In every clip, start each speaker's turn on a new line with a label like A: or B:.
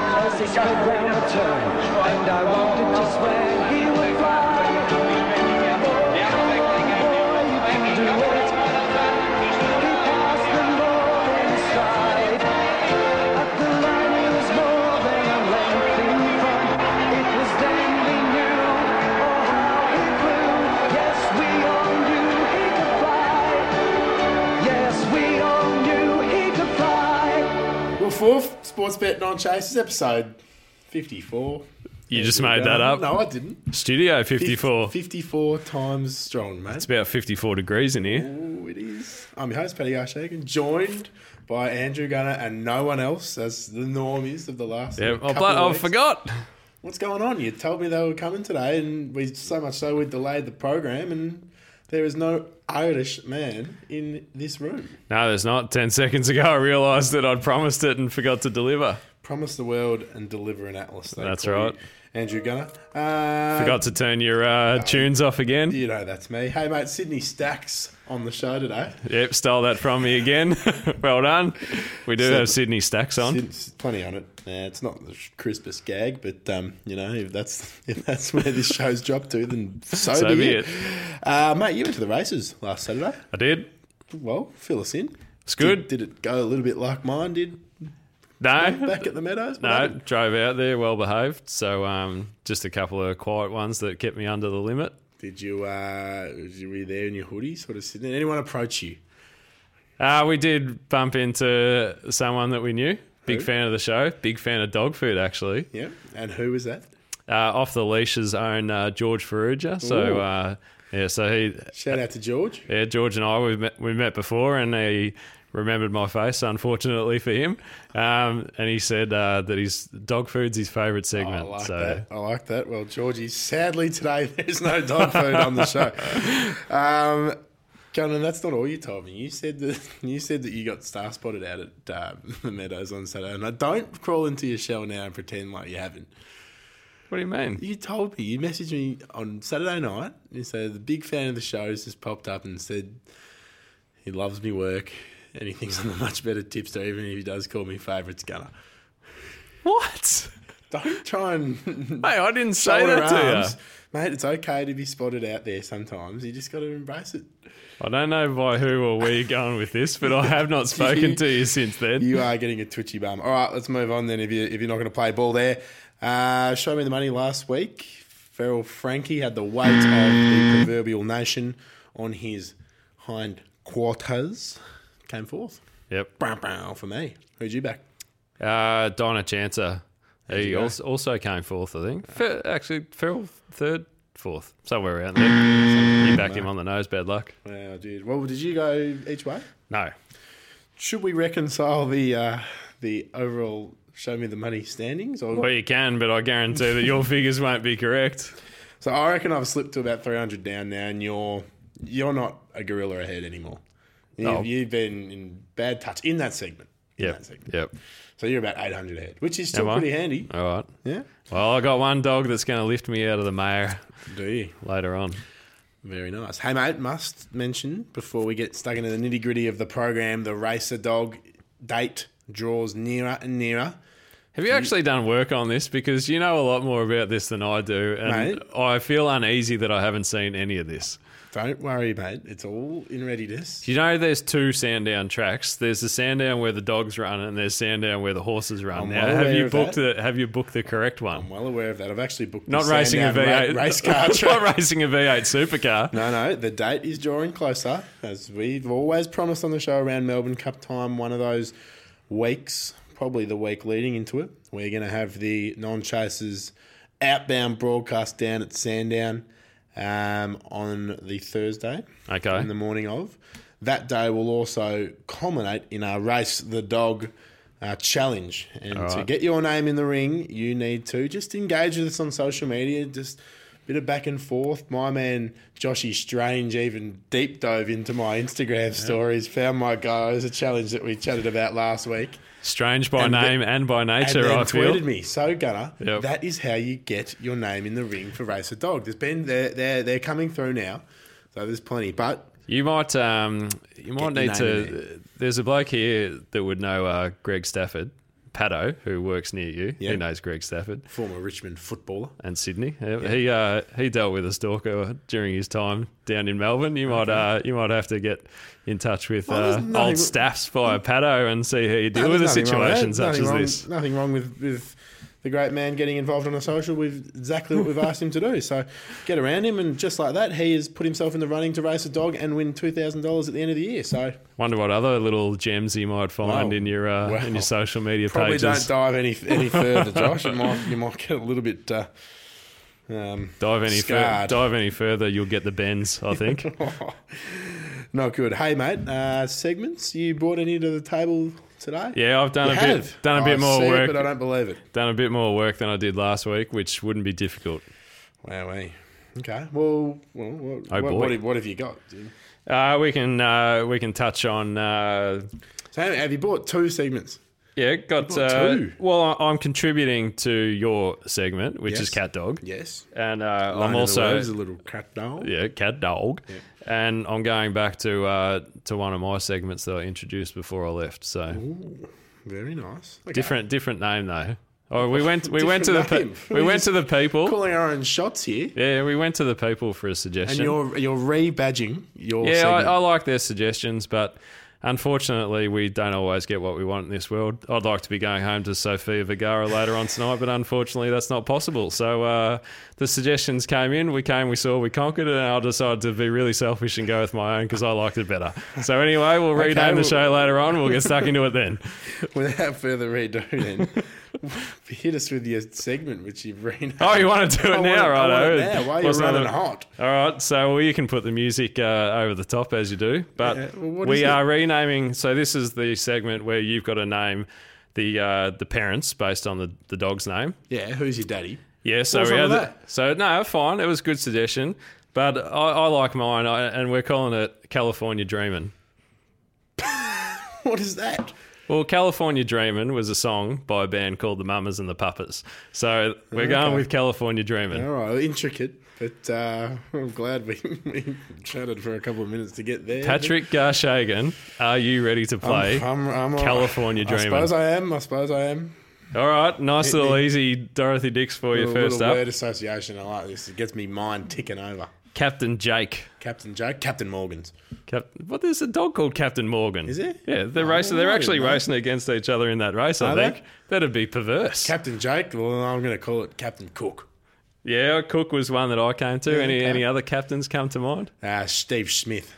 A: cut round a turn, and I wanted to swear he would fly. Boy, you can do it. He passed the morning stride. At the line, he was more than a length in front. It was then we knew, oh how he flew. Yes, we all knew he could fly. Yes, we all knew he could fly.
B: Well, fourth sports bet non chases episode fifty-four. Um,
C: You just made that up.
B: No, I didn't.
C: Studio 54.
B: Fifty-four times strong, mate.
C: It's about 54 degrees in here.
B: Ooh, it is. I'm your host, Paddy Garshagan, joined by Andrew Gunner and no one else, as the norm is of the last.
C: Yeah.
B: couple
C: Oh,
B: of
C: but I
B: weeks.
C: forgot.
B: What's going on? You told me they were coming today, and we so much so we delayed the program, and there is no Irish man in this room.
C: No, there's not. 10 seconds ago, I realised that I'd promised it and forgot to deliver.
B: Promise the world and deliver an atlas. they
C: That's
B: call
C: right.
B: you. Andrew Gunner. Uh,
C: Forgot to turn your uh, tunes off again.
B: You know that's me. Hey mate, Sydney Stacks on the show today.
C: Yep, stole that from me again. well done. We do
B: Sydney-
C: have Sydney Stacks on.
B: It's plenty on it. Yeah, it's not the crispest gag, but um, you know if that's if that's where this show's dropped to, then so,
C: So
B: be,
C: be
B: it. Uh, mate, you went to the races last Saturday.
C: I did.
B: Well, fill us in.
C: It's good.
B: Did, did it go a little bit like mine did
C: No.
B: back at the Meadows? What
C: No,
B: happened?
C: drove out there, well behaved. So um, just a couple of quiet ones that kept me under the limit.
B: Did you? Uh, did you were you there in your hoodie, sort of sitting? there? Anyone approach you?
C: Uh, we did bump into someone that we knew. Big
B: Who?
C: fan of the show. Big fan of dog food, actually.
B: Yeah. And who was that?
C: Uh, off the leash's own uh, George Ferrugia. So
B: Ooh.
C: uh, yeah, so he,
B: Shout out to George.
C: yeah, George and I we met, we met before, and he remembered my face. Unfortunately for him, um, and he said uh, that his dog food's his favourite
B: Oh, I
C: segment.
B: like
C: so
B: that. I like that. Well, Georgie, sadly today there's no dog food on the show. Um, Conan, that's not all you told me. You said that you said that you got star spotted out at uh, the Meadows on Saturday. And I don't crawl into your shell now and pretend like you haven't.
C: what do you mean?
B: You told me. You messaged me on Saturday night. You said the big fan of the show has just popped up and said he loves me work and he thinks I'm a much better tipster, even if he does call me favourites gunner.
C: What?
B: Don't try and
C: Hey, I didn't say
B: shoulder
C: that to
B: arms.
C: you.
B: Mate, it's okay to be spotted out there sometimes. You just got to embrace it.
C: I don't know by who or where you're going with this, but I have not spoken to you since then.
B: You are getting a twitchy bum. All right, let's move on then if, you, if you're not going to play ball there. Uh, show me the money last week. Feral Frankie had the weight of the proverbial nation on his hind quarters. Came forth.
C: Yep.
B: Brow, brow for me. Who'd you back?
C: Uh, Donna Chancer. He
B: you go?
C: also, also came fourth, I think. Fe- actually, Ferrell third, fourth, somewhere around there. you backed him on the nose. Bad luck.
B: Well, dude. Well, did you go each way?
C: No.
B: Should we reconcile the uh, the overall show me the money standings? Or
C: Well, you can, but I guarantee that your figures won't be correct.
B: So I reckon I've slipped to about 300 down now, and you're you're not a gorilla ahead anymore. You've,
C: No.
B: you've been in bad touch in that segment. In
C: Yep.
B: that segment.
C: Yep.
B: So you're about 800 ahead, which is still
C: Am I? Uh.
B: pretty handy.
C: All right.
B: Yeah.
C: Well, I got one dog that's going to lift me out of the mare
B: Do you?
C: later on.
B: Very nice. Hey, mate, must mention before we get stuck into the nitty gritty of the program, the racer dog date draws nearer and nearer.
C: Have you actually done work on this? Because you know a lot more about this than I do, and
B: Mate.
C: I feel uneasy that I haven't seen any of this.
B: Don't worry, mate. It's all in readiness.
C: Do you know there's two Sandown tracks? There's the Sandown where the dogs run, and there's Sandown where the horses run. now,
B: well
C: have
B: aware
C: you
B: of
C: booked
B: that.
C: the Have you booked the correct one?
B: I'm well aware of that. I've actually booked
C: Not
B: the
C: racing a
B: Sandown ra-
C: V8
B: race car track.
C: Not racing a V8 supercar.
B: No, no, the date is drawing closer, as we've always promised on the show around Melbourne Cup time, one of those weeks, probably the week leading into it. We're going to have the non chasers outbound broadcast down at Sandown um, on the Thursday
C: Okay.
B: in the morning of. That day will also culminate in our race the dog uh, challenge. And to get your name in the ring, you need to just engage with us on social media. Just a bit of back and forth. My man Joshy Strange even deep dove into my Instagram stories, found my guy. It was a challenge that we chatted about last week.
C: Strange by
B: And the-
C: name and by
B: And
C: nature,
B: then
C: I feel.
B: tweeted me, so Gunner,
C: Yep.
B: that is how you get your name in the ring for Racer Dog. There's been, they're, they're, they're coming through now, so there's plenty. But
C: You might um, you might
B: the
C: need
B: name in
C: to. There's a bloke here that would know uh, Greg Stafford. Paddo, who works near you,
B: Yeah.
C: he knows Greg Stafford
B: Former Richmond footballer.
C: and Sydney. He uh, he dealt with a stalker during his time down in Melbourne. You might uh, you might have to get in touch with
B: Well, there's
C: uh,
B: nothing- Mm.
C: old staffs via Paddo and see how you deal
B: No,
C: with a
B: there's nothing wrong with
C: situation
B: that.
C: such
B: Nothing
C: as
B: wrong-
C: this.
B: Nothing wrong with, with the great man getting involved on a social with exactly what we've asked him to do. So get around him, and just like that, he has put himself in the running to race a dog and win two thousand dollars at the end of the year. So
C: Wonder what other little gems you might find
B: Wow.
C: in your uh, in
B: Wow.
C: your social media
B: probably
C: pages.
B: don't dive any any further, Josh. You might you might get a little bit. Uh, um,
C: dive any further.
B: Scarred.
C: Dive any further, you'll get the bends. I think.
B: not good. Hey, mate. Uh, segments. You brought any to the table today?
C: yeah, I've done
B: You
C: a bit.
B: have.
C: Done a bit
B: I
C: more
B: see it,
C: work.
B: but I don't believe it.
C: done a bit more work than I did last week, which wouldn't be difficult.
B: Wowee. Okay. Well, well what,
C: Oh,
B: what,
C: boy.
B: what, have- what have you got? Jim?
C: Uh, we can uh, we can touch on. Uh,
B: So have- have you bought two segments?
C: yeah, got.
B: got
C: Uh,
B: two.
C: well, I- I'm contributing to your segment, which is
B: Yes.
C: cat dog,
B: Yes.
C: and uh, I'm also
B: a little cat doll.
C: yeah cat dog, and I'm going back to uh, to one of my segments that I introduced before I left. So
B: Very nice. Okay.
C: different different name though. Oh, we went we went to the
B: Different
C: pe-
B: name.
C: we
B: We
C: went
B: just
C: to the people.
B: Calling our own shots here,
C: Yeah, we went to the people for a
B: and
C: suggestion.
B: you're you're rebadging your
C: yeah, I,
B: segment.
C: I like their suggestions, but unfortunately, we don't always get what we want in this world. I'd like to be going home to Sofia Vergara later on tonight, but unfortunately, that's not possible. So uh, the suggestions came in, we came, we saw, we conquered, it, and I decided to be really selfish and go with my own because I liked it better. So anyway, we'll rename the
B: we'll-
C: show later on. We'll get stuck into it then.
B: Without further ado, then hit us with your segment, which you've renamed.
C: Oh, you want to do it
B: I
C: now,
B: want it- I
C: right?
B: want it now. Why are you running hot?
C: All right, so well, you can put the music uh, over the top as you do, but
B: Yeah, well, what
C: we
B: is it?
C: are renaming. So this is the segment where you've got to name the uh, the parents based on the, the dog's name.
B: Yeah, who's your daddy?
C: Yeah, so
B: What's
C: we
B: wrong
C: had
B: with
C: the- so no, fine, it was a good suggestion, but I, I like mine, I, and we're calling it California Dreamin'.
B: What is that?
C: Well, California Dreamin' was a song by a band called the Mamas and the Papas, so we're going
B: Okay.
C: with California Dreamin'.
B: All right, intricate, but uh, I'm glad we, we chatted for a couple of minutes to get there.
C: Patrick Garshagan, are you ready to play?
B: I'm, I'm,
C: California
B: I
C: Dreamin'.
B: suppose I am. I suppose I am.
C: All right, nice
B: Hit
C: little
B: me.
C: easy Dorothy Dix for you
B: A
C: first
B: little
C: up.
B: word association. I like this. It gets me mind ticking over.
C: Captain Jake.
B: Captain Jake, Captain Morgan's.
C: Cap- what there's a dog called Captain Morgan.
B: Is there?
C: Yeah, they're
B: I
C: racing.
B: don't
C: They're
B: know,
C: actually
B: mate.
C: racing against each other in that race. I
B: Are
C: think
B: they?
C: that'd be perverse.
B: Captain Jake. Well, I'm going to call it Captain Cook.
C: yeah, Cook was one that I came to. any
B: okay.
C: any other captains come to mind?
B: Uh, Steve Smith.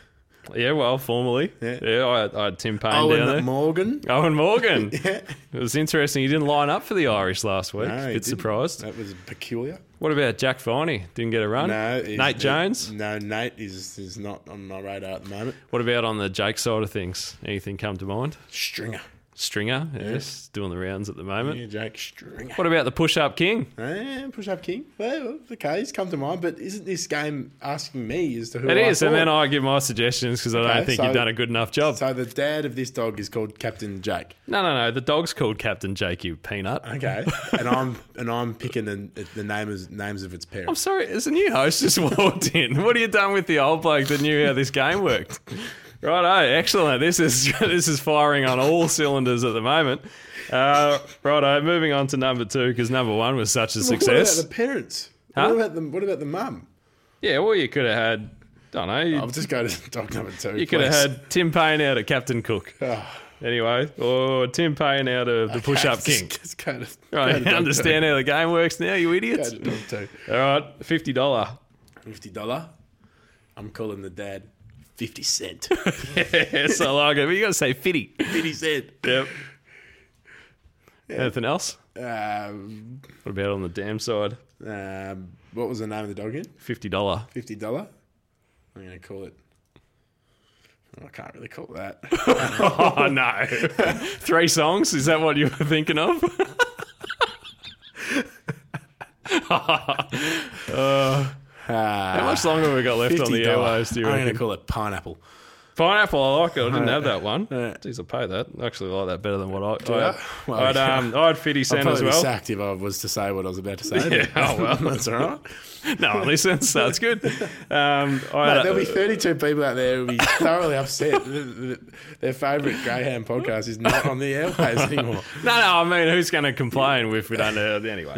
C: Yeah, well, formally. Yeah,
B: Yeah.
C: I, had, I had Tim Payne down there.
B: Owen Morgan.
C: Owen Morgan. It was interesting. He didn't line up for the Irish last week.
B: No, he
C: Bit
B: didn't.
C: surprised.
B: That was peculiar.
C: What about Jack Viney? Didn't get a run.
B: No, he's-
C: Nate
B: he-
C: Jones.
B: No, Nate is is not on my radar at the moment.
C: What about on the Jake side of things? Anything come to mind?
B: Stringer.
C: Stringer, yes, doing the rounds at the moment.
B: Yeah, Jake Stringer.
C: What about the push up king?
B: And push up king. Well, okay, he's come to mind, but isn't this game asking me as to who
C: It
B: I
C: is, and
B: thought?
C: then I give my suggestions because I don't
B: Okay,
C: think
B: so-
C: you've done a good enough job.
B: So the dad of this dog is called Captain Jake.
C: no, no, no. The dog's called Captain Jake, you peanut.
B: Okay, and I'm and I'm picking the, the name is, names of its
C: I'm
B: parents.
C: sorry, as a new host just walked in. What have you done with the old bloke that knew how this game worked? Righto, excellent. This is this is firing on all cylinders at the moment. Uh, righto, moving on to number two because number one was such a
B: What
C: success.
B: about the parents?
C: Huh?
B: What about the what about the mum?
C: Yeah, well, you could have had, don't know, you,
B: I'll just go to dog number two.
C: you could have had Tim Payne out of Captain Cook.
B: Oh,
C: Anyway, or Tim Payne out of the push up king.
B: Just go to,
C: Right,
B: go to
C: you
B: dog two.
C: understand how the game works now, you
B: Go
C: idiots.
B: to dog two.
C: All right, fifty dollar.
B: Fifty dollar. I'm calling the dad. Fifty cent.
C: yes, I like it. But you got to say fifty.
B: Fifty cent.
C: Yep. Anything else?
B: Um,
C: What about on the damn side?
B: um, what was the name of the dog again?
C: Fifty dollar.
B: Fifty dollar. I'm gonna call it. I can't really call it that.
C: Oh no! Three songs? Is that what you were thinking of?
B: Uh,
C: How much longer have we got left on the
B: $50.
C: airwaves? Do you
B: Ah, I'm going
C: reckon?
B: to call it pineapple.
C: Pineapple, I like it. I didn't have that one. Jeez, I pay that. I actually like that better than what I. Do I
B: ya? Oh, Well,
C: I'd, um, I'd 50
B: I'd
C: cent
B: probably
C: as
B: be
C: well.
B: sacked if I was to say what I was about to say.
C: Yeah,
B: but-
C: oh, well.
B: that's all right.
C: No, at least that's, that's good. Um, I,
B: Mate, there'll be 32 people out there who'll be thoroughly upset. that Their favourite Greyhound podcast is not on the airways anymore.
C: No, no, I mean, who's going to complain if we don't know? Anyway,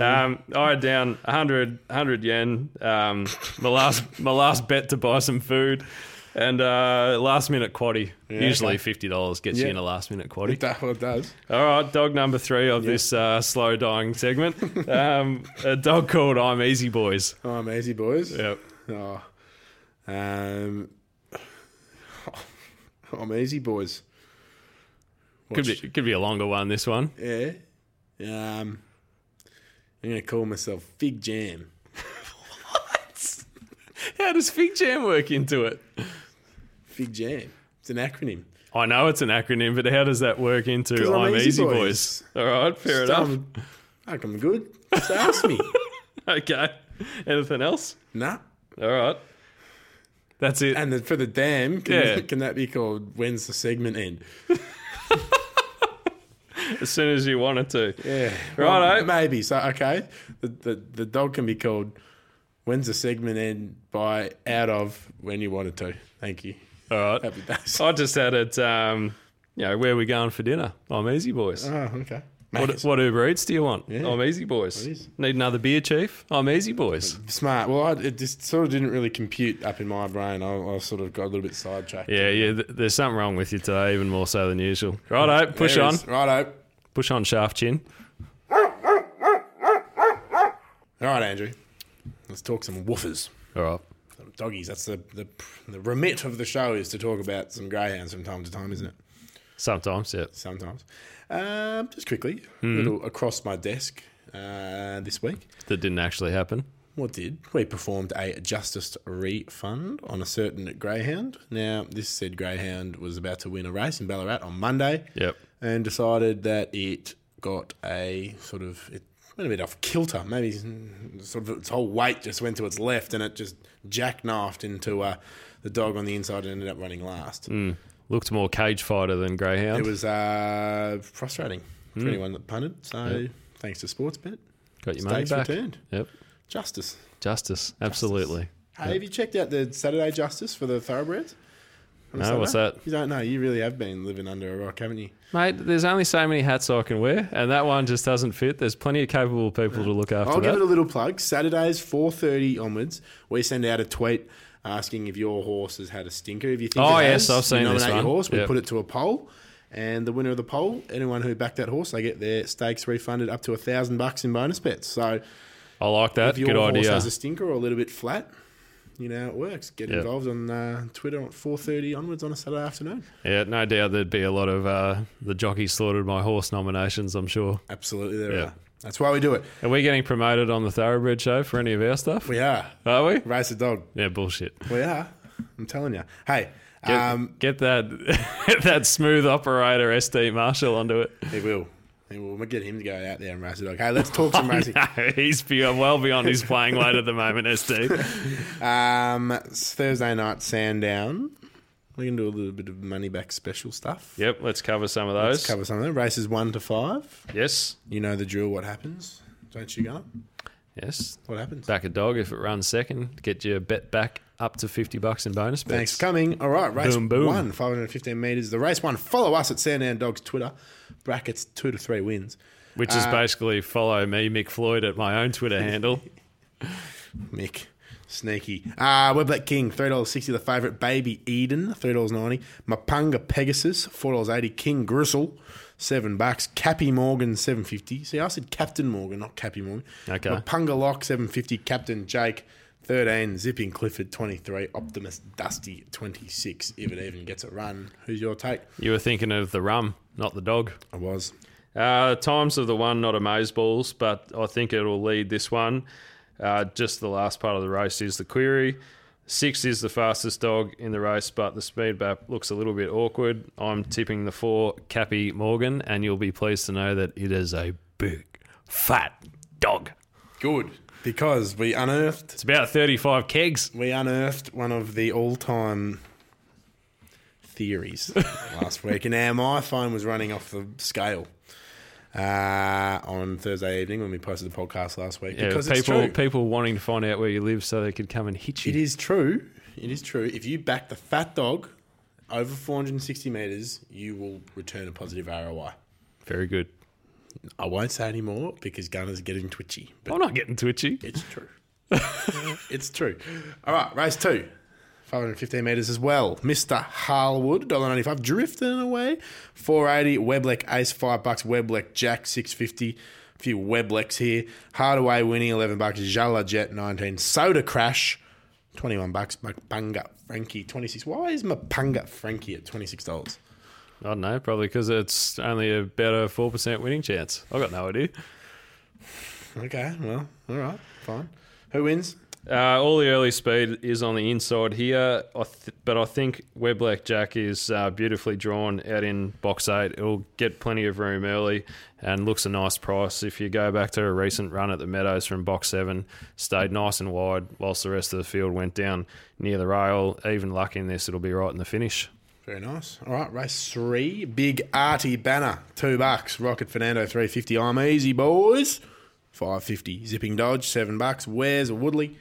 C: um, I went down 100, 100 yen, um, my last my last bet to buy some food, and uh, last minute quaddy. Usually $50 gets
B: Yeah.
C: you in a last minute
B: It
C: quaddy.
B: do- well, it does.
C: All right, dog number three of this uh, slow dying segment. Um, a dog called I'm Easy Boys.
B: Oh, I'm easy, boys.
C: Yep.
B: Oh. Um, I'm easy, boys.
C: Could be, could be a longer one, this one.
B: Yeah. Um, I'm going to call myself Fig Jam.
C: How does Fig Jam work into it?
B: Fig Jam. It's an acronym.
C: I know it's an acronym, but how does that work into
B: 'Cause
C: I'm, Easy, Boys? All right, fair enough.
B: I'm, like, I'm good. Just ask me.
C: Okay. Anything else?
B: nah.
C: All right. That's it.
B: And the, for the dam, can,
C: Yeah.
B: can that be called when's the segment end?
C: as soon as you wanted to.
B: Yeah.
C: Righto.
B: maybe. So, okay. The, the, the dog can be called when's the segment end by out of when you wanted to. Thank you.
C: All right.
B: Happy days.
C: I just had it. Um, you know, where are we going for dinner? I'm Easy Boys.
B: Oh, okay.
C: what, what Uber Eats do you want?
B: Yeah.
C: I'm Easy Boys.
B: It is.
C: Need another beer, Chief? I'm Easy Boys.
B: Smart. Well, I, it just sort of didn't really compute up in my brain. I, I sort of got a little bit sidetracked.
C: Yeah, yeah. Th- there's something wrong with you today, even more so than usual. Righto, push
B: There it
C: on.
B: is. Righto.
C: Push on, Shaft Chin.
B: All right, Andrew. Let's talk some woofers.
C: All right.
B: Some doggies. That's the, the, the remit of the show is to talk about some greyhounds from time to time, isn't it?
C: Sometimes, yeah.
B: Sometimes. Um, just quickly, a little across my desk uh, this week.
C: That didn't actually happen.
B: What did? We performed a justice refund on a certain greyhound. Now, this said greyhound was about to win a race in Ballarat on Monday.
C: Yep.
B: and decided that it got a sort of it went a bit off kilter. Maybe sort of its whole weight just went to its left, and it just jackknifed into uh, the dog on the inside and ended up running last.
C: Mm-hmm. Looked more cage fighter than Greyhound.
B: It was uh, frustrating for anyone that punted. So thanks to Sportsbet,
C: Got Mm. your money
B: stakes
C: back.
B: returned.
C: Yep.
B: Justice.
C: Justice. Absolutely.
B: Hey, have you checked out the Saturday Justice for the thoroughbreds? On a eh?
C: No, what's
B: Saturday?
C: that?
B: You don't know. You really have been living under a rock, haven't you?
C: Mate, there's only so many hats I can wear, and that one just doesn't fit. There's plenty of capable people to look after
B: I'll
C: that.
B: give it a little plug. Saturdays, four thirty onwards, we send out a tweet asking if your horse has had a stinker. If you think,
C: Oh,
B: it
C: yes,
B: has,
C: I've seen
B: you
C: this
B: nominate your
C: one.
B: horse. We
C: Yep.
B: put it to a poll, and the winner of the poll, anyone who backed that horse, they get their stakes refunded up to a thousand bucks in bonus bets. So
C: I like that.
B: if your
C: Good
B: horse
C: idea.
B: has a stinker or a little bit flat. You know how it works. Get
C: Yep.
B: involved on uh, Twitter at four thirty onwards on a Saturday afternoon.
C: yeah, no doubt there'd be a lot of uh, the jockey slaughtered my horse nominations, I'm sure.
B: Absolutely, there
C: Yeah.
B: are. That's why we do it.
C: Are we getting promoted on the Thoroughbred show for any of our stuff?
B: We are
C: Are we?
B: race a dog.
C: Yeah, bullshit.
B: We are. I'm telling you. Hey,
C: Get,
B: um,
C: get that get that smooth operator SD Marshall onto it.
B: He will. He will. We'll get him to go out there and race the dog. Hey, let's talk
C: Oh,
B: some racing.
C: No, he's beyond, well beyond his playing weight at the moment, SD.
B: Um, it's Thursday night, Sandown. We can do a little bit of money back special stuff.
C: Yep, let's cover some of
B: Let's
C: those.
B: cover some of them. Races one to five.
C: yes,
B: You know the drill. What happens? Don't you, Gunnar?
C: yes.
B: What happens?
C: Back a dog if it runs second. Get your bet back up to fifty bucks in bonus bets.
B: Thanks for coming. All right, race
C: Boom, boom.
B: one, 515 metres. The race one, follow us at Sandown Dogs Twitter. Brackets two to three wins.
C: Which
B: uh,
C: is basically follow me, Mick Floyd, at my own Twitter handle.
B: Mick. Sneaky. Uh, Weblet King, $3.60 the favourite. Baby Eden, $3.90. Mapunga Pegasus, $4.80. King Gristle, 7 bucks. Cappy Morgan, seven fifty. See, I said Captain Morgan, not Cappy Morgan.
C: Okay.
B: Mapunga Lock, seven fifty. Captain Jake, 13. Zipping Clifford, 23. Optimus Dusty, 26. If it even gets a run. Who's your take?
C: You were thinking of the rum, not the dog.
B: I was.
C: Uh, times of the one, not amaze balls, but I think it'll lead this one. Uh, just the last part of the race is the query. Six is the fastest dog in the race, but the speed bap looks a little bit awkward. I'm tipping the four, Cappy Morgan, and you'll be pleased to know that it is a big, fat dog.
B: Good. Because we unearthed
C: It's about 35 kegs.
B: we unearthed one of the all-time theories last week, and our my phone was running off the scale uh, on Thursday evening when we posted the podcast last week
C: Yeah,
B: because it's
C: people
B: true.
C: people wanting to find out where you live so they could come and hit you.
B: It is true. It is true. If you back the fat dog over 460 meters, you will return a positive ROI.
C: Very good.
B: I won't say any more because Gunner's getting twitchy. But
C: I'm not getting twitchy.
B: It's true. it's true. All right, race two. 515 metres as well. Mr. Harlwood, $1.95. Drifting away. 480. Webleck Ace, 5 bucks. Webleck Jack, 650. A few Weblecks here. Hardaway winning, 11 bucks. Jala Jet, 19. Soda Crash, 21 bucks. Mapunga Frankie, 26. Why is Mapunga Frankie at $26?
C: I don't know, probably because it's only about a four percent winning chance. I've got no idea.
B: Okay, well, all right, fine. Who wins?
C: Uh, all the early speed is on the inside here, I th- but I think where Blackjack is uh, beautifully drawn out in box eight. It'll get plenty of room early and looks a nice price. If you go back to a recent run at the Meadows from box seven, stayed nice and wide whilst the rest of the field went down near the rail. Even luck in this, it'll be right in the finish.
B: Very nice. All right, race three. Big Artie Banner, two bucks. Rocket Fernando, three fifty. I'm easy, boys. Five fifty. Zipping Dodge, seven bucks. Where's Woodley?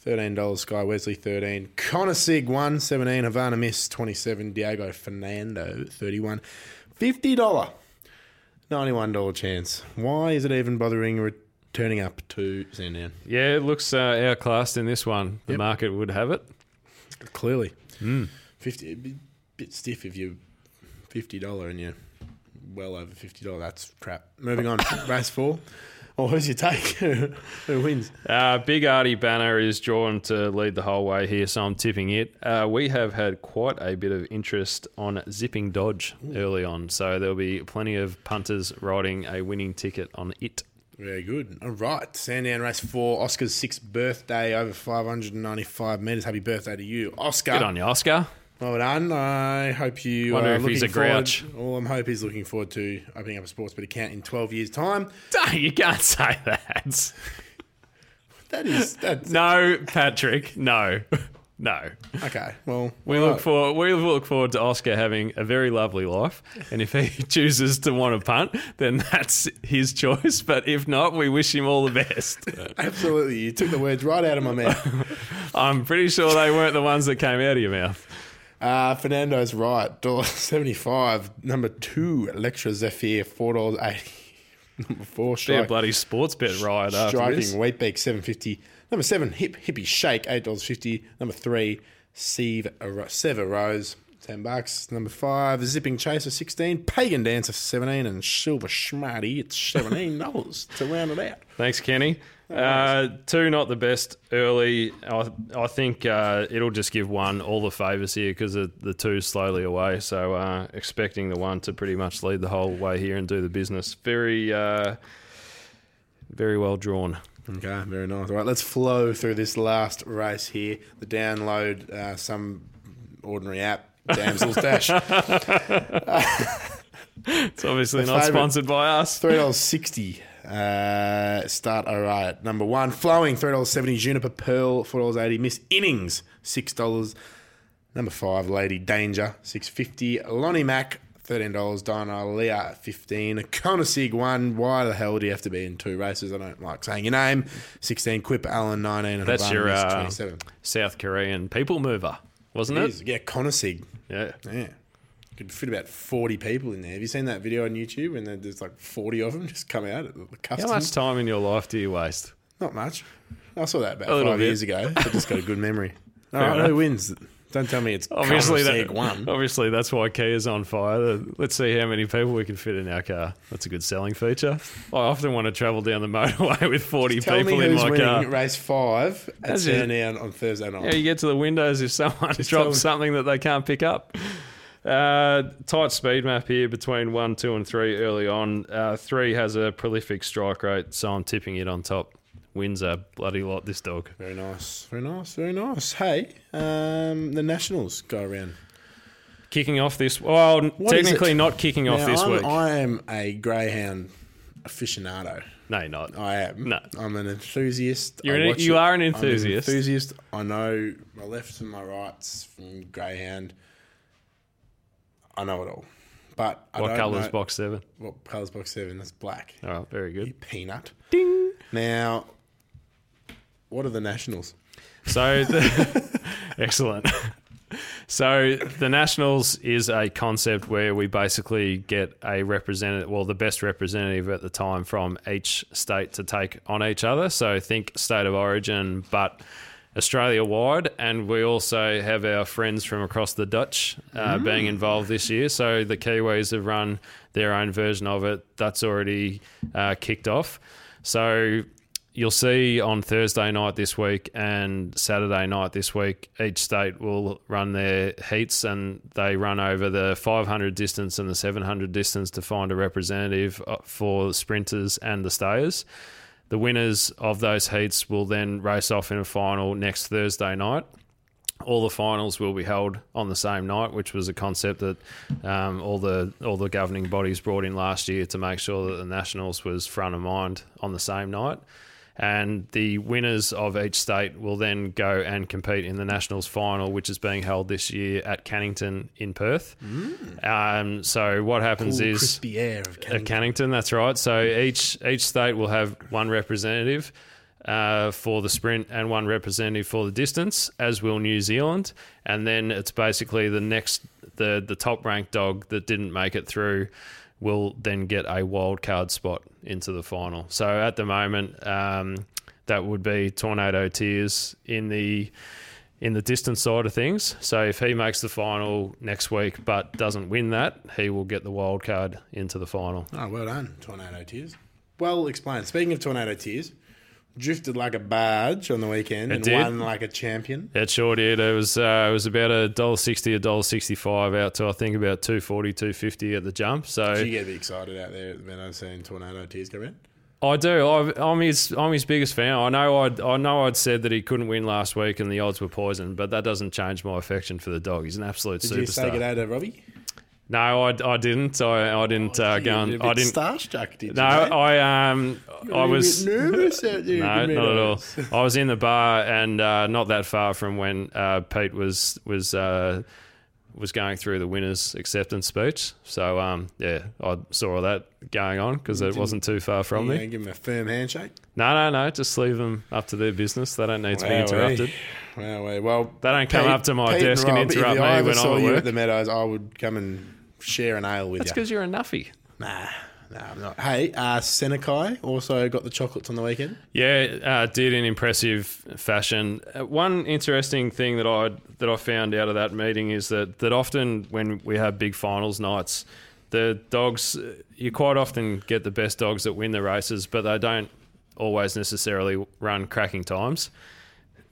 B: Thirteen dollars. Sky Wesley, thirteen. Connor Sig, one seventeen. Havana Miss, twenty-seven. Diego Fernando, thirty-one. Fifty dollar, ninety-one dollar chance. Why is it even bothering returning up to Sandown?
C: Yeah, it looks uh, outclassed in this one. The market would have it.
B: Clearly, Hmm. fifty. it'd be A bit stiff if you fifty dollar and you're well over fifty dollar. That's crap. Moving on, race four. Well, who's your take? Who wins?
C: Uh, Big Artie Banner is drawn to lead the whole way here, so I'm tipping it. Uh, we have had quite a bit of interest on Zipping Dodge early on, so there'll be plenty of punters riding a winning ticket on it.
B: Very good. All right, Sandown race four. Oscar's sixth birthday over five hundred and ninety-five meters. Happy birthday to you, Oscar.
C: Good on you, Oscar.
B: Well done. I hope you.
C: Wonder
B: are
C: if he's
B: looking
C: a
B: forward-
C: grouch.
B: All I'm hope he's looking forward to opening up a sports bet account in twelve years' time.
C: You can't say that.
B: That is that's
C: No, Patrick. No, no.
B: okay. Well,
C: We look for we look forward to Oscar having a very lovely life, and if he chooses to want to punt, then that's his choice. But if not, we wish him all the best.
B: absolutely. You took the words right out of my mouth.
C: I'm pretty sure they weren't the ones that came out of your mouth.
B: Uh, Fernando's right. Dollar seventy-five. Number two, Electra Zephyr, four dollars eighty. Number four,
C: Be a
B: strike,
C: bloody sports bet riot after
B: striking
C: this.
B: Wheatbeak, seven fifty. Number seven, Hip Hippie Shake, eight dollars fifty. Number three, Sieve Aro- Sever Rose, ten bucks. Number five, Zipping Chaser, sixteen. Pagan Dancer, seventeen, and Silver Schmarty, it's seventeen dollars to round it out.
C: Thanks, Kenny. Uh, two not the best early. I, I think uh, it'll just give one all the favours here because the, the two's slowly away. So uh, expecting the one to pretty much lead the whole way here and do the business. Very, uh, very well drawn.
B: Okay, very nice. All right, let's flow through this last race here. The download uh, some ordinary app, Damsel's Dash.
C: It's obviously not
B: favourite.
C: sponsored by us.
B: Three dollars sixty. Uh, start all right. Number one, flowing three dollars seventy. Juniper Pearl four dollars eighty. Miss Innings six dollars. Number five, Lady Danger six fifty. Lonnie Mack thirteen dollars. Dina Leah fifteen. Conasig one. Why the hell do you have to be in two races? I don't like saying your name. Sixteen. Quip Allen nineteen. And
C: That's
B: Havana
C: your,
B: Miss,
C: uh,
B: twenty-seven.
C: South Korean people mover, wasn't
B: It
C: it?
B: is. Yeah, Conasig.
C: Yeah.
B: Yeah. Could fit about 40 people in there. Have you seen that video on YouTube? And then there's like 40 of them just come out at the
C: How
B: customs.
C: much time in your life do you waste?
B: Not much. I saw that about
C: little
B: five
C: bit.
B: years ago. I just got a good memory. All right,
C: enough.
B: who wins? Don't tell me it's
C: Obviously, that,
B: one.
C: obviously that's why Kia's on fire. Let's see how many people we can fit in our car. That's a good selling feature. I often want to travel down the motorway with 40
B: Tell me
C: people in
B: who's
C: my
B: winning
C: car.
B: race five at
C: That's it.
B: Sandown on Thursday night.
C: Yeah, you get to the windows if someone
B: tell
C: drops
B: me.
C: something that they can't pick up. Uh, tight speed map here between one, two, and three early on. Uh, three has a prolific strike rate, so I'm tipping it on top. Wins a bloody lot, this dog.
B: Very nice. Very nice. Very nice. Hey, um, the Nationals go around.
C: Kicking off this. Well,
B: is
C: technically
B: it?
C: not kicking off
B: Now,
C: this
B: I'm,
C: week.
B: I am a greyhound aficionado.
C: no, you're not.
B: I am.
C: No.
B: I'm an enthusiast.
C: You're
B: I
C: an-
B: watch
C: you
B: it.
C: are an
B: I'm
C: enthusiast.
B: enthusiast. I know my lefts and my rights from Greyhound. I know it all. But I
C: What
B: don't
C: colour's
B: know-
C: box seven?
B: What colour's box seven? That's black.
C: All right, very good.
B: Peanut. Ding. Now, what are the Nationals?
C: So, the, excellent. So, the Nationals is a concept where we basically get a representative, well, the best representative at the time from each state to take on each other. So, think state of origin, but Australia wide. And we also have our friends from across the Dutch uh, being involved this year. So, the Kiwis have run their own version of it. That's already uh, kicked off. So, you'll see on Thursday night this week and Saturday night this week, each state will run their heats and they run over the 500 distance and the 700 distance to find a representative uh, for the sprinters and the stayers. The winners of those heats will then race off in a final next Thursday night all the finals will be held on the same night, which was a concept that um, all the all the governing bodies brought in last year to make sure that the nationals was front of mind on the same night. And the winners of each state will then go and compete in the nationals final, which is being held this year at Cannington in Perth. Um, so what happens is
B: crispy air of
C: at Cannington. That's right. So each each state will have one representative uh, for the sprint and one representative for the distance, as will New Zealand. And then it's basically the next the the top ranked dog that didn't make it through will then get a wild card spot into the final. So at the moment, um, that would be Tornado Tears in the in the distance side of things. So if he makes the final next week but doesn't win that, he will get the wild card into the final.
B: Oh, well done, Tornado Tears. Well explained. Speaking of Tornado Tears, drifted like a barge on the weekend and
C: did.
B: won like a champion.
C: It sure did. It was uh, it was about a dollar sixty, a dollar sixty five out to I think about 240, 250 at the jump. So
B: You get a bit excited out there when I've seen Tornado Tears come in.
C: I do. I've, I'm his I'm his biggest fan. I know I'd I know I'd said that he couldn't win last week and the odds were poisoned, but that doesn't change my affection for the dog. He's an absolute
B: Did you say
C: superstar.
B: good day to Robbie?
C: no, I, I didn't. I I didn't uh, go
B: You
C: and
B: were Oh, a
C: I
B: bit
C: didn't.
B: starstruck, did
C: No,
B: you? mate?
C: I um I
B: You were a
C: was
B: bit nervous out there.
C: No,
B: you made
C: not at all.
B: us.
C: I was in the bar and uh, not that far from when uh, Pete was was uh, was going through the winners' acceptance speech. So um, yeah, I saw all that going on because it wasn't too far from
B: You
C: me.
B: gonna give him a firm handshake.
C: No, no, no. Just leave them up to their business. They don't need to be
B: Wowee.
C: interrupted.
B: Wowee. Well,
C: They don't come up to my desk and
B: Rob, if
C: interrupt me
B: I ever
C: when I'm
B: saw
C: at
B: you
C: work.
B: at the Meadows, I would come and share an ale with
C: It's
B: you.
C: because you're a nuffy.
B: Nah, nah, I'm not. Hey, uh, Senekai also got the chocolates on the weekend.
C: Yeah, uh, did in impressive fashion. Uh, one interesting thing that I that I found out of that meeting is that that often when we have big finals nights, the dogs uh, you quite often get the best dogs that win the races, but they don't always necessarily run cracking times.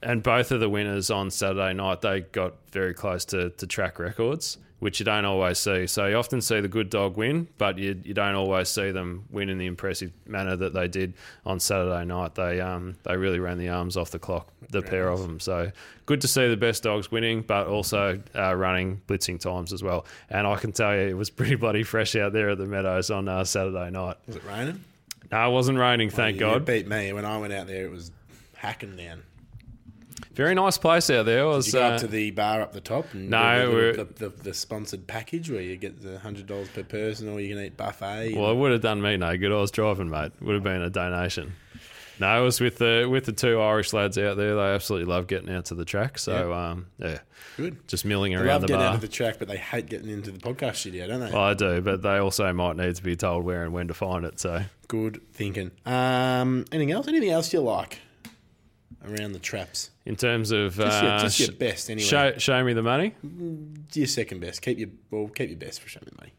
C: And both of the winners on Saturday night, they got very close to, to track records, which you don't always see. So you often see the good dog win, but you, you don't always see them win in the impressive manner that they did on Saturday night. They um they really ran the arms off the clock, the pair of them. So good to see the best dogs winning, but also uh, running blitzing times as well. And I can tell you, it was pretty bloody fresh out there at the meadows on uh, Saturday night.
B: Was it raining?
C: No, it wasn't raining, thank
B: You
C: God.
B: beat me when I went out there. It was hacking down.
C: Very nice place out there. It was,
B: You go
C: uh,
B: up to the bar up the top. And
C: No,
B: do the,
C: we're-
B: the, the, the sponsored package where you get the hundred dollars per person, or you can eat buffet.
C: Well, it would have done me no good. I was driving, mate. Would have been a donation. No, it was with the with the two Irish lads out there. They absolutely love getting out to the track. So yeah, um, yeah
B: good.
C: just milling
B: They
C: around
B: love
C: the
B: getting
C: bar.
B: out of the track, but they hate getting into the podcast studio, don't they?
C: Well, I do, but they also might need to be told where and when to find it. So
B: Good thinking. Um, anything else? Anything else you like around the traps?
C: in terms of
B: Just, your,
C: uh,
B: just
C: sh-
B: your best, anyway.
C: show, show me the money.
B: your second best. Keep your well, keep your best for showing the money.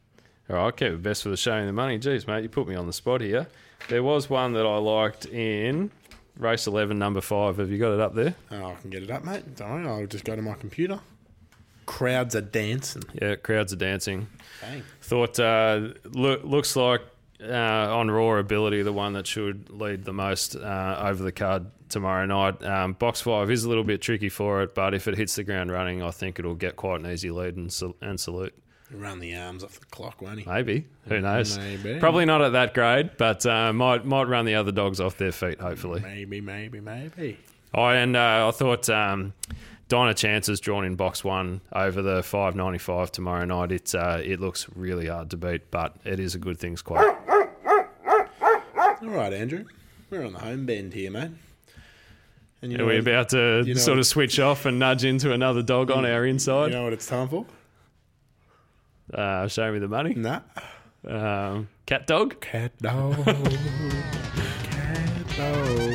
C: All right, I'll keep it best for the showing the money. Jeez, mate, you put me on the spot here. There was one that I liked in race eleven, number five. Have you got it up there?
B: Oh, I can get it up, mate. Don't worry. I'll just go to my computer. Crowds are dancing.
C: Yeah, crowds are dancing.
B: Bang.
C: Thought uh, loo- looks like uh, on raw ability, the one that should lead the most uh, over the card tomorrow night. Um, box five is a little bit tricky for it, but if it hits the ground running, I think it'll get quite an easy lead and, sal- and salute.
B: Run the arms off the clock, won't he?
C: Maybe who knows?
B: Maybe.
C: Probably not at that grade, but uh, might might run the other dogs off their feet. Hopefully.
B: Maybe, maybe, maybe.
C: Oh, and uh, I thought um, Diner Chances drawn in box one over the 595 tomorrow night. It's uh, It looks really hard to beat, but it is a good things quote.
B: All right, Andrew. We're on the home bend here, mate. And you
C: Are we
B: what-
C: about to
B: You know-
C: sort of switch off and nudge into another dog on our
B: you
C: inside?
B: know what it's time for?
C: Uh, show me the money.
B: Nah.
C: Um, cat dog?
B: Cat dog. Cat dog.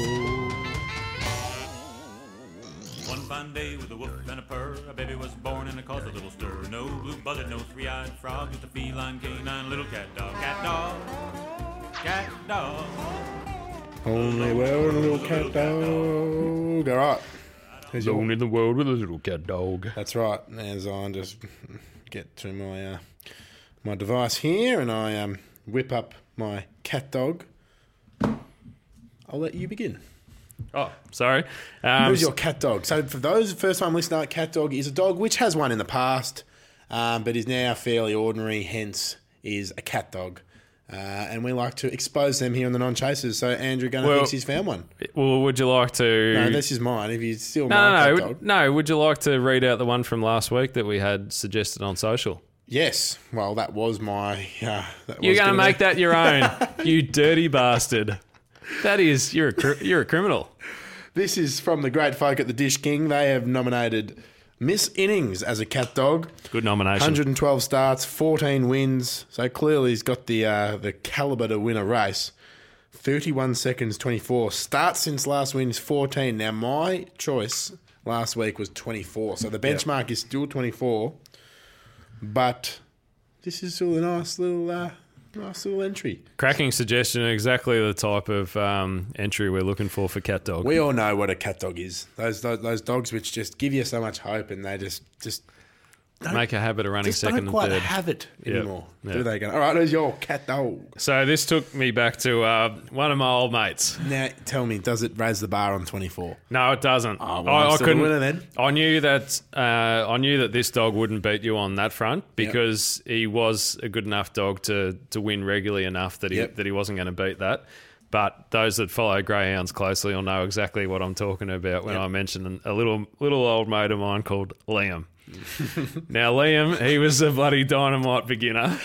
D: One fine day with a woof and a purr, a baby was born and it caused a little stir. No blue buzzard, no three-eyed frog, just a feline canine little cat dog. Cat dog, cat dog.
B: Only wearing a little cat dog. All right. Who's your-
C: in the world with a little cat dog.
B: That's right. As I just get to my uh, my device here and I um, whip up my cat dog. I'll let you begin.
C: Oh, sorry. Um,
B: Who's your cat dog? So for those first time listener, cat dog is a dog which has one in the past, um, but is now fairly ordinary. Hence, is a cat dog, uh, and we like to expose them here on the non chasers. So Andrew Gunner
C: Well-
B: thinks he's found one.
C: well, would you like to?
B: No, this is mine. If you steal my
C: no,
B: cat
C: no, no,
B: dog,
C: no. Would you like to read out the one from last week that we had suggested on social?
B: yes. Well, that was my. Uh, that
C: You're
B: was
C: going to
B: gonna be-
C: make that your own, you dirty bastard. That is, you're a cr- you're a criminal.
B: This is from the great folk at the Dish King. They have nominated Miss Innings as a cat dog.
C: Good nomination.
B: 112 starts, 14 wins. So clearly he's got the uh, the caliber to win a race. 31 seconds, 24 starts since last win is 14. Now my choice last week was 24. So the benchmark is still 24, but this is still a nice little uh, nice little entry.
C: Cracking suggestion. Exactly the type of um, entry we're looking for for cat dog.
B: We all know what a cat dog is. Those those, those dogs which just give you so much hope and they just just
C: Make a habit of running
B: just
C: second
B: don't
C: and
B: quite
C: third.
B: have it anymore.
C: Yeah.
B: Do they? Go, all right, who's your cat dog?
C: so this took me back to uh, one of my old mates.
B: Now tell me, does it raise the bar on twenty four?
C: No, it doesn't.
B: Oh, well, I'm still the winner then.
C: I knew that. Uh, I knew that this dog wouldn't beat you on that front because he was a good enough dog to to win regularly enough that he
B: Yep.
C: that he wasn't going to beat that. But those that follow greyhounds closely will know exactly what I'm talking about when
B: Yep.
C: I mention a little little old mate of mine called Liam. now Liam, he was a bloody dynamite beginner.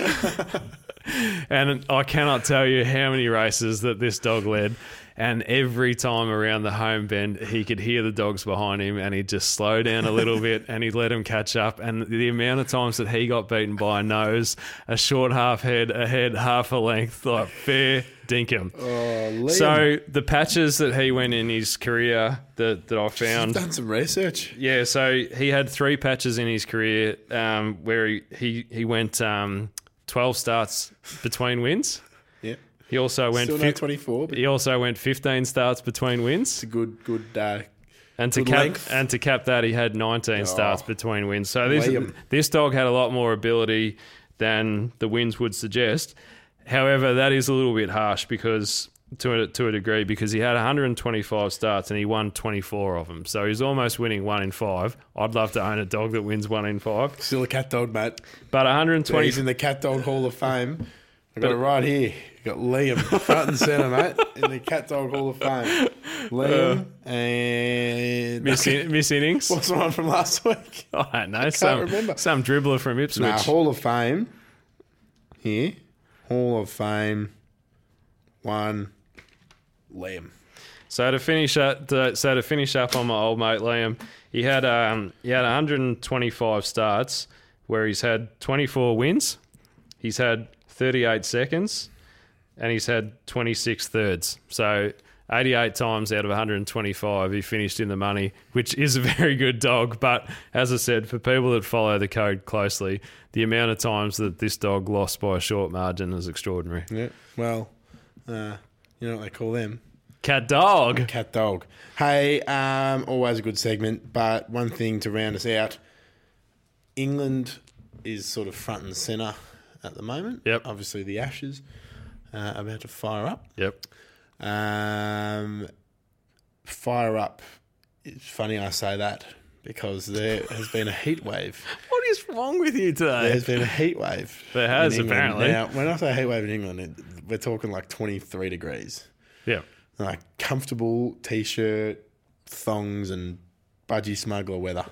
C: And I cannot tell you how many races that this dog led. And every time around the home bend, he could hear the dogs behind him and he'd just slow down a little bit and he'd let him catch up. And the amount of times that he got beaten by a nose, a short half head, a head half a length, like fair dinkum. So the patches that he went in his career that, that I found.
B: Done some research.
C: Yeah, so he had three patches in his career um, where he he, he went um, twelve starts between wins.
B: Yeah,
C: He also went
B: still
C: fif-
B: no twenty four, but
C: he also went fifteen starts between wins,
B: it's a good good. Uh,
C: and to
B: good
C: cap
B: length. Oh.
C: and to cap that, he had nineteen starts between wins. So this
B: Liam.
C: this dog had a lot more ability than the wins would suggest. However, that is a little bit harsh because. To a, to a degree, because he had 125 starts and he won 24 of them. So he's almost winning one in five. I'd love to own a dog that wins one in five.
B: still a cat dog, mate.
C: But
B: He's
C: 120.
B: in the cat dog hall of fame. I got it right here. Got Liam front and center, mate, in the cat dog hall of fame. Liam and
C: Miss, in, miss innings?
B: What's the one from last week?
C: I don't know. some,
B: remember.
C: some dribbler from Ipswich.
B: Nah, Hall of Fame here. Hall of Fame one Liam.
C: So to finish up, to, so to finish up on my old mate Liam, he had um, he had 125 starts, where he's had 24 wins, he's had 38 seconds, and he's had 26 thirds. So 88 times out of 125, he finished in the money, which is a very good dog. But as I said, for people that follow the code closely, the amount of times that this dog lost by a short margin is extraordinary.
B: Yeah. Well, uh, you know what they call them?
C: Cat dog.
B: Cat dog. Hey, um, always a good segment, but one thing to round us out. England is sort of front and centre at the moment.
C: Yep.
B: Obviously the Ashes uh, about to fire up.
C: Yep.
B: Um, fire up. It's funny I say that because there has been a heat wave.
C: What is wrong with you today?
B: There's been a heat wave.
C: There has,
B: in England.
C: apparently.
B: Now, when I say heat wave in England, it, we're talking like 23 degrees.
C: Yeah.
B: Like comfortable t shirt, thongs, and budgie smuggler weather.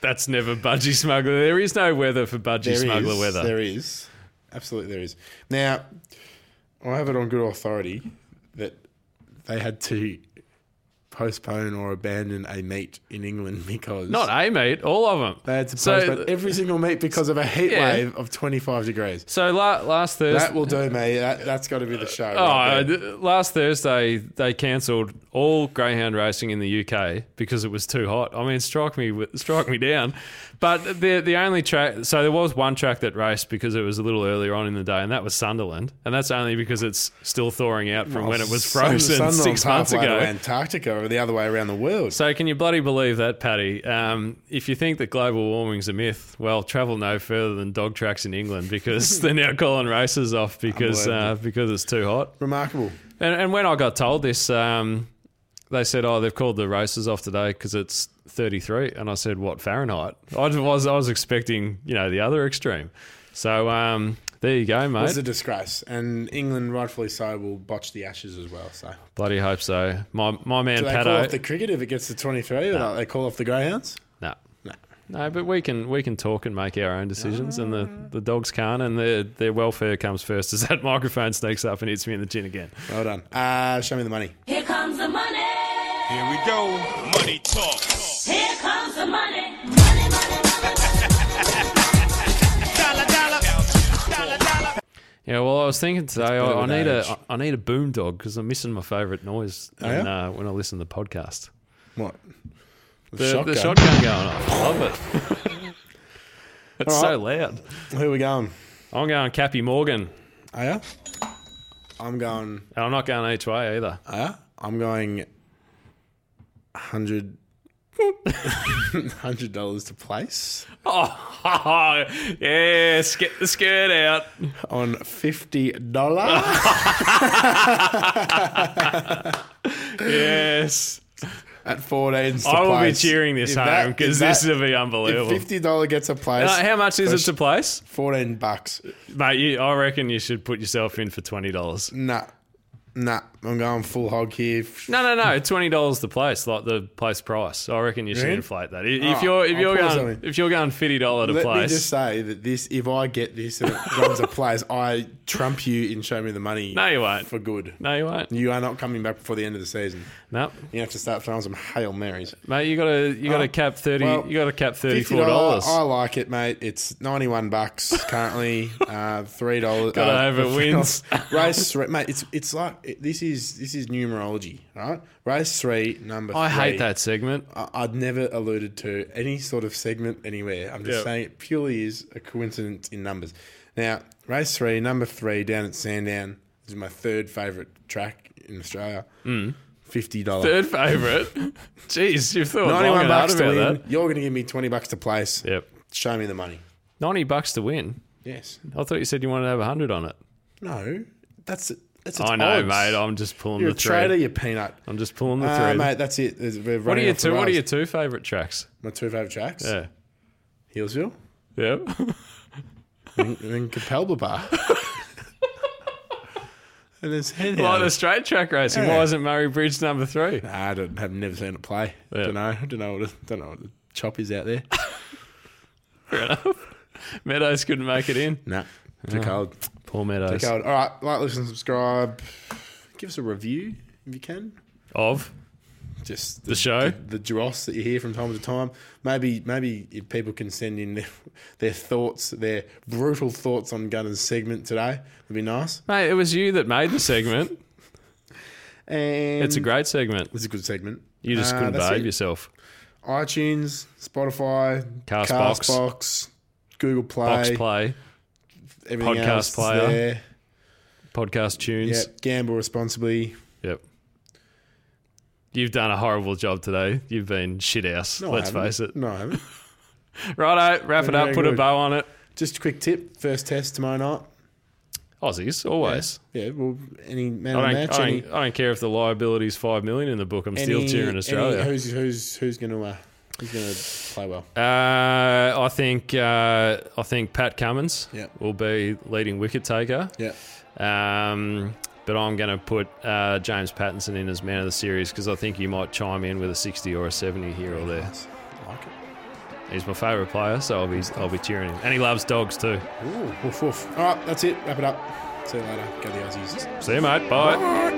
C: That's never budgie smuggler. There is no weather for budgie
B: There
C: smuggler
B: is,
C: weather.
B: There is. Absolutely, there is. Now, I have it on good authority that they had to postpone or abandon a meet in England because.
C: Not a meat, all of them.
B: They had to
C: So-
B: postpone every single meet because of a heat
C: Yeah.
B: wave of 25 degrees.
C: So la- last Thursday,
B: That will do me. That, that's got to be the show.
C: Oh,
B: right there.
C: th- last Thursday they cancelled all greyhound racing in the UK because it was too hot. I mean, strike me, with- strike me down. But the the only track, so there was one track that raced because it was a little earlier on in the day, and that was Sunderland, and that's only because it's still thawing out from when it was
B: Sun-
C: frozen
B: sun's
C: six
B: on
C: months
B: halfway to
C: ago.
B: Antarctica or the other way around the world.
C: So can you bloody believe that, Paddy? Um, if you think that global warming's a myth, well, travel no further than dog tracks in England because they're now calling races off because uh,
B: Unbelievable.
C: because it's too hot.
B: Remarkable.
C: And, and when I got told this, um, they said, "Oh, they've called the races off today because it's 33." And I said, "What Fahrenheit?" I just was I was expecting you know the other extreme. So um, there you go,
B: It's
C: mate.
B: a disgrace. And England, rightfully so, will botch the ashes as well. So
C: Bloody hope so. My my man
B: Do they call
C: Pato.
B: off the cricket if it gets to 23 or not? They call off the greyhounds?
C: no.
B: No.
C: No, but we can we can talk and make our own decisions, and the, the dogs can't, and their their welfare comes first. As that microphone sneaks up and hits me in the chin again.
B: Well done. Uh, show me the money.
E: Here comes the money.
F: Here we go. Money talk.
E: Here comes the money. Money, money, money, money.
F: Dollar, dollar. Dollar, dollar.
C: Yeah, well, I was thinking today
B: better
C: I, I
B: with
C: need
B: age.
C: a I need a boom dog because I'm missing my favourite noise
B: yeah?
C: when, uh, when I listen to the podcast.
B: What?
C: The shotgun, the
B: shotgun.
C: shotgun going off. I love it. it's so loud.
B: Who are we going?
C: I'm going Cappy Morgan.
B: Are ya? I'm going.
C: And I'm not going each way either.
B: Are ya? I'm going. Hundred. Hundred dollars to place
C: Oh, yes. Get the skirt out.
B: on fifty dollar.
C: Yes.
B: at 14. 's to
C: I will be
B: place.
C: cheering this
B: If
C: home
B: that-
C: because
B: if
C: this
B: that-
C: will be
B: If
C: unbelievable.
B: fifty dollar gets a place,
C: Uh, how much is
B: for
C: it to place?
B: Fourteen bucks.
C: Mate, you, I reckon you should put yourself in for $20.
B: Nah, nah. I'm going full hog here.
C: No, no, no. Twenty dollars the place, like the place price. I reckon you should
B: Really?
C: inflate that. I- If
B: Oh,
C: you're if
B: I'll
C: you're
B: pause
C: going
B: something.
C: if you're going fifty dollar to
B: Let
C: place,
B: me just say that this, if I get this and it runs a place, I trump you in show me the money.
C: No, you won't.
B: For good.
C: no, you won't.
B: You are not coming back before the end of the season.
C: No,
B: You have to start throwing some hail marys.
C: mate, you got to you got to
B: Oh,
C: cap thirty.
B: well,
C: you got to cap thirty
B: Fifty
C: four dollars.
B: I like it, mate. It's ninety-one bucks currently. uh, three dollars.
C: Gotta
B: uh,
C: have it wins.
B: Race three, mate. It's it's like it, this is this is numerology, right? Race three, number.
C: I
B: three.
C: hate that segment.
B: I, I'd never alluded to any sort of segment anywhere. I'm just
C: Yeah.
B: saying it purely is a coincidence in numbers. Now, race three, number three, down at Sandown. This is my third favourite track in Australia. Fifty dollars.
C: Hmm. Third favorite. Jeez, you've thought long
B: Ninety-one
C: and hard
B: bucks to
C: about
B: win.
C: that.
B: You're going to give me twenty bucks to place.
C: Yep,
B: Show me the money.
C: ninety bucks to win.
B: Yes.
C: I thought you said you wanted to have hundred on it.
B: No, that's that's. Its
C: I know,
B: odds.
C: mate. I'm just pulling
B: You're a
C: the thread.
B: trader, you peanut.
C: I'm just pulling the
B: Ah,
C: thread.
B: mate, that's it. There's- We're
C: what are
B: running
C: your
B: off the
C: two? What are
B: rails.
C: your two favorite tracks?
B: My two favourite tracks?
C: Yeah,
B: Hillsville
C: yeah.
B: and, and Capalba Bar. and there's Hen
C: like the straight track racing.
B: Yeah.
C: Why isn't Murray Bridge number three?
B: I don't, have never seen it play.
C: Yeah.
B: Don't know. Don't know what. it- Don't know what the chop is out there.
C: Meadows couldn't make it in.
B: nah, too cold.
C: Poor Meadows.
B: Too cold. All right, like, listen, subscribe. Give us a review if you can.
C: Of
B: just
C: The show?
B: the, the dross that you hear from time to time. Maybe maybe if people can send in their, their thoughts, their brutal thoughts on Gunners segment today. Would be nice.
C: mate, it was you that made the segment.
B: And
C: It's a great segment.
B: it's a good segment.
C: You just
B: Uh,
C: couldn't
B: that's
C: behave
B: it.
C: yourself.
B: iTunes, Spotify,
C: Castbox.
B: Castbox, Google Play,
C: Box play,
B: everything
C: podcast
B: else is
C: player.
B: There.
C: podcast tunes.
B: Yeah,
C: Yep.
B: gamble responsibly.
C: You've done a horrible job today. You've been shit ass.
B: No, I
C: let's
B: haven't.
C: face it.
B: No, I haven't.
C: Righto, wrap it
B: Been
C: up.
B: very
C: Put a
B: good.
C: bow on it.
B: Just a quick tip: first test tomorrow night.
C: Aussies always.
B: Yeah, well, any man
C: I
B: of the
C: don't.
B: match,
C: I
B: any,
C: don't, I don't care if the liability's five million in the book. I'm still
B: Any-
C: cheering
B: any-
C: Australia.
B: who's who's who's going to uh, who's going to play well?
C: uh, I think. Uh, I think Pat Cummins
B: Yeah.
C: will be leading wicket taker.
B: Yeah,
C: Um, But I'm going to put uh, James Pattinson in as man of the series because I think you might chime in with a 60 or a 70 here or there.
B: Nice. I like it.
C: He's my favourite player, so I'll be I'll be cheering him, and he loves dogs too.
B: Ooh, woof, woof. All right, that's it. Wrap it up. See you later. Go the Aussies.
C: See you, mate. Bye.
B: Bye.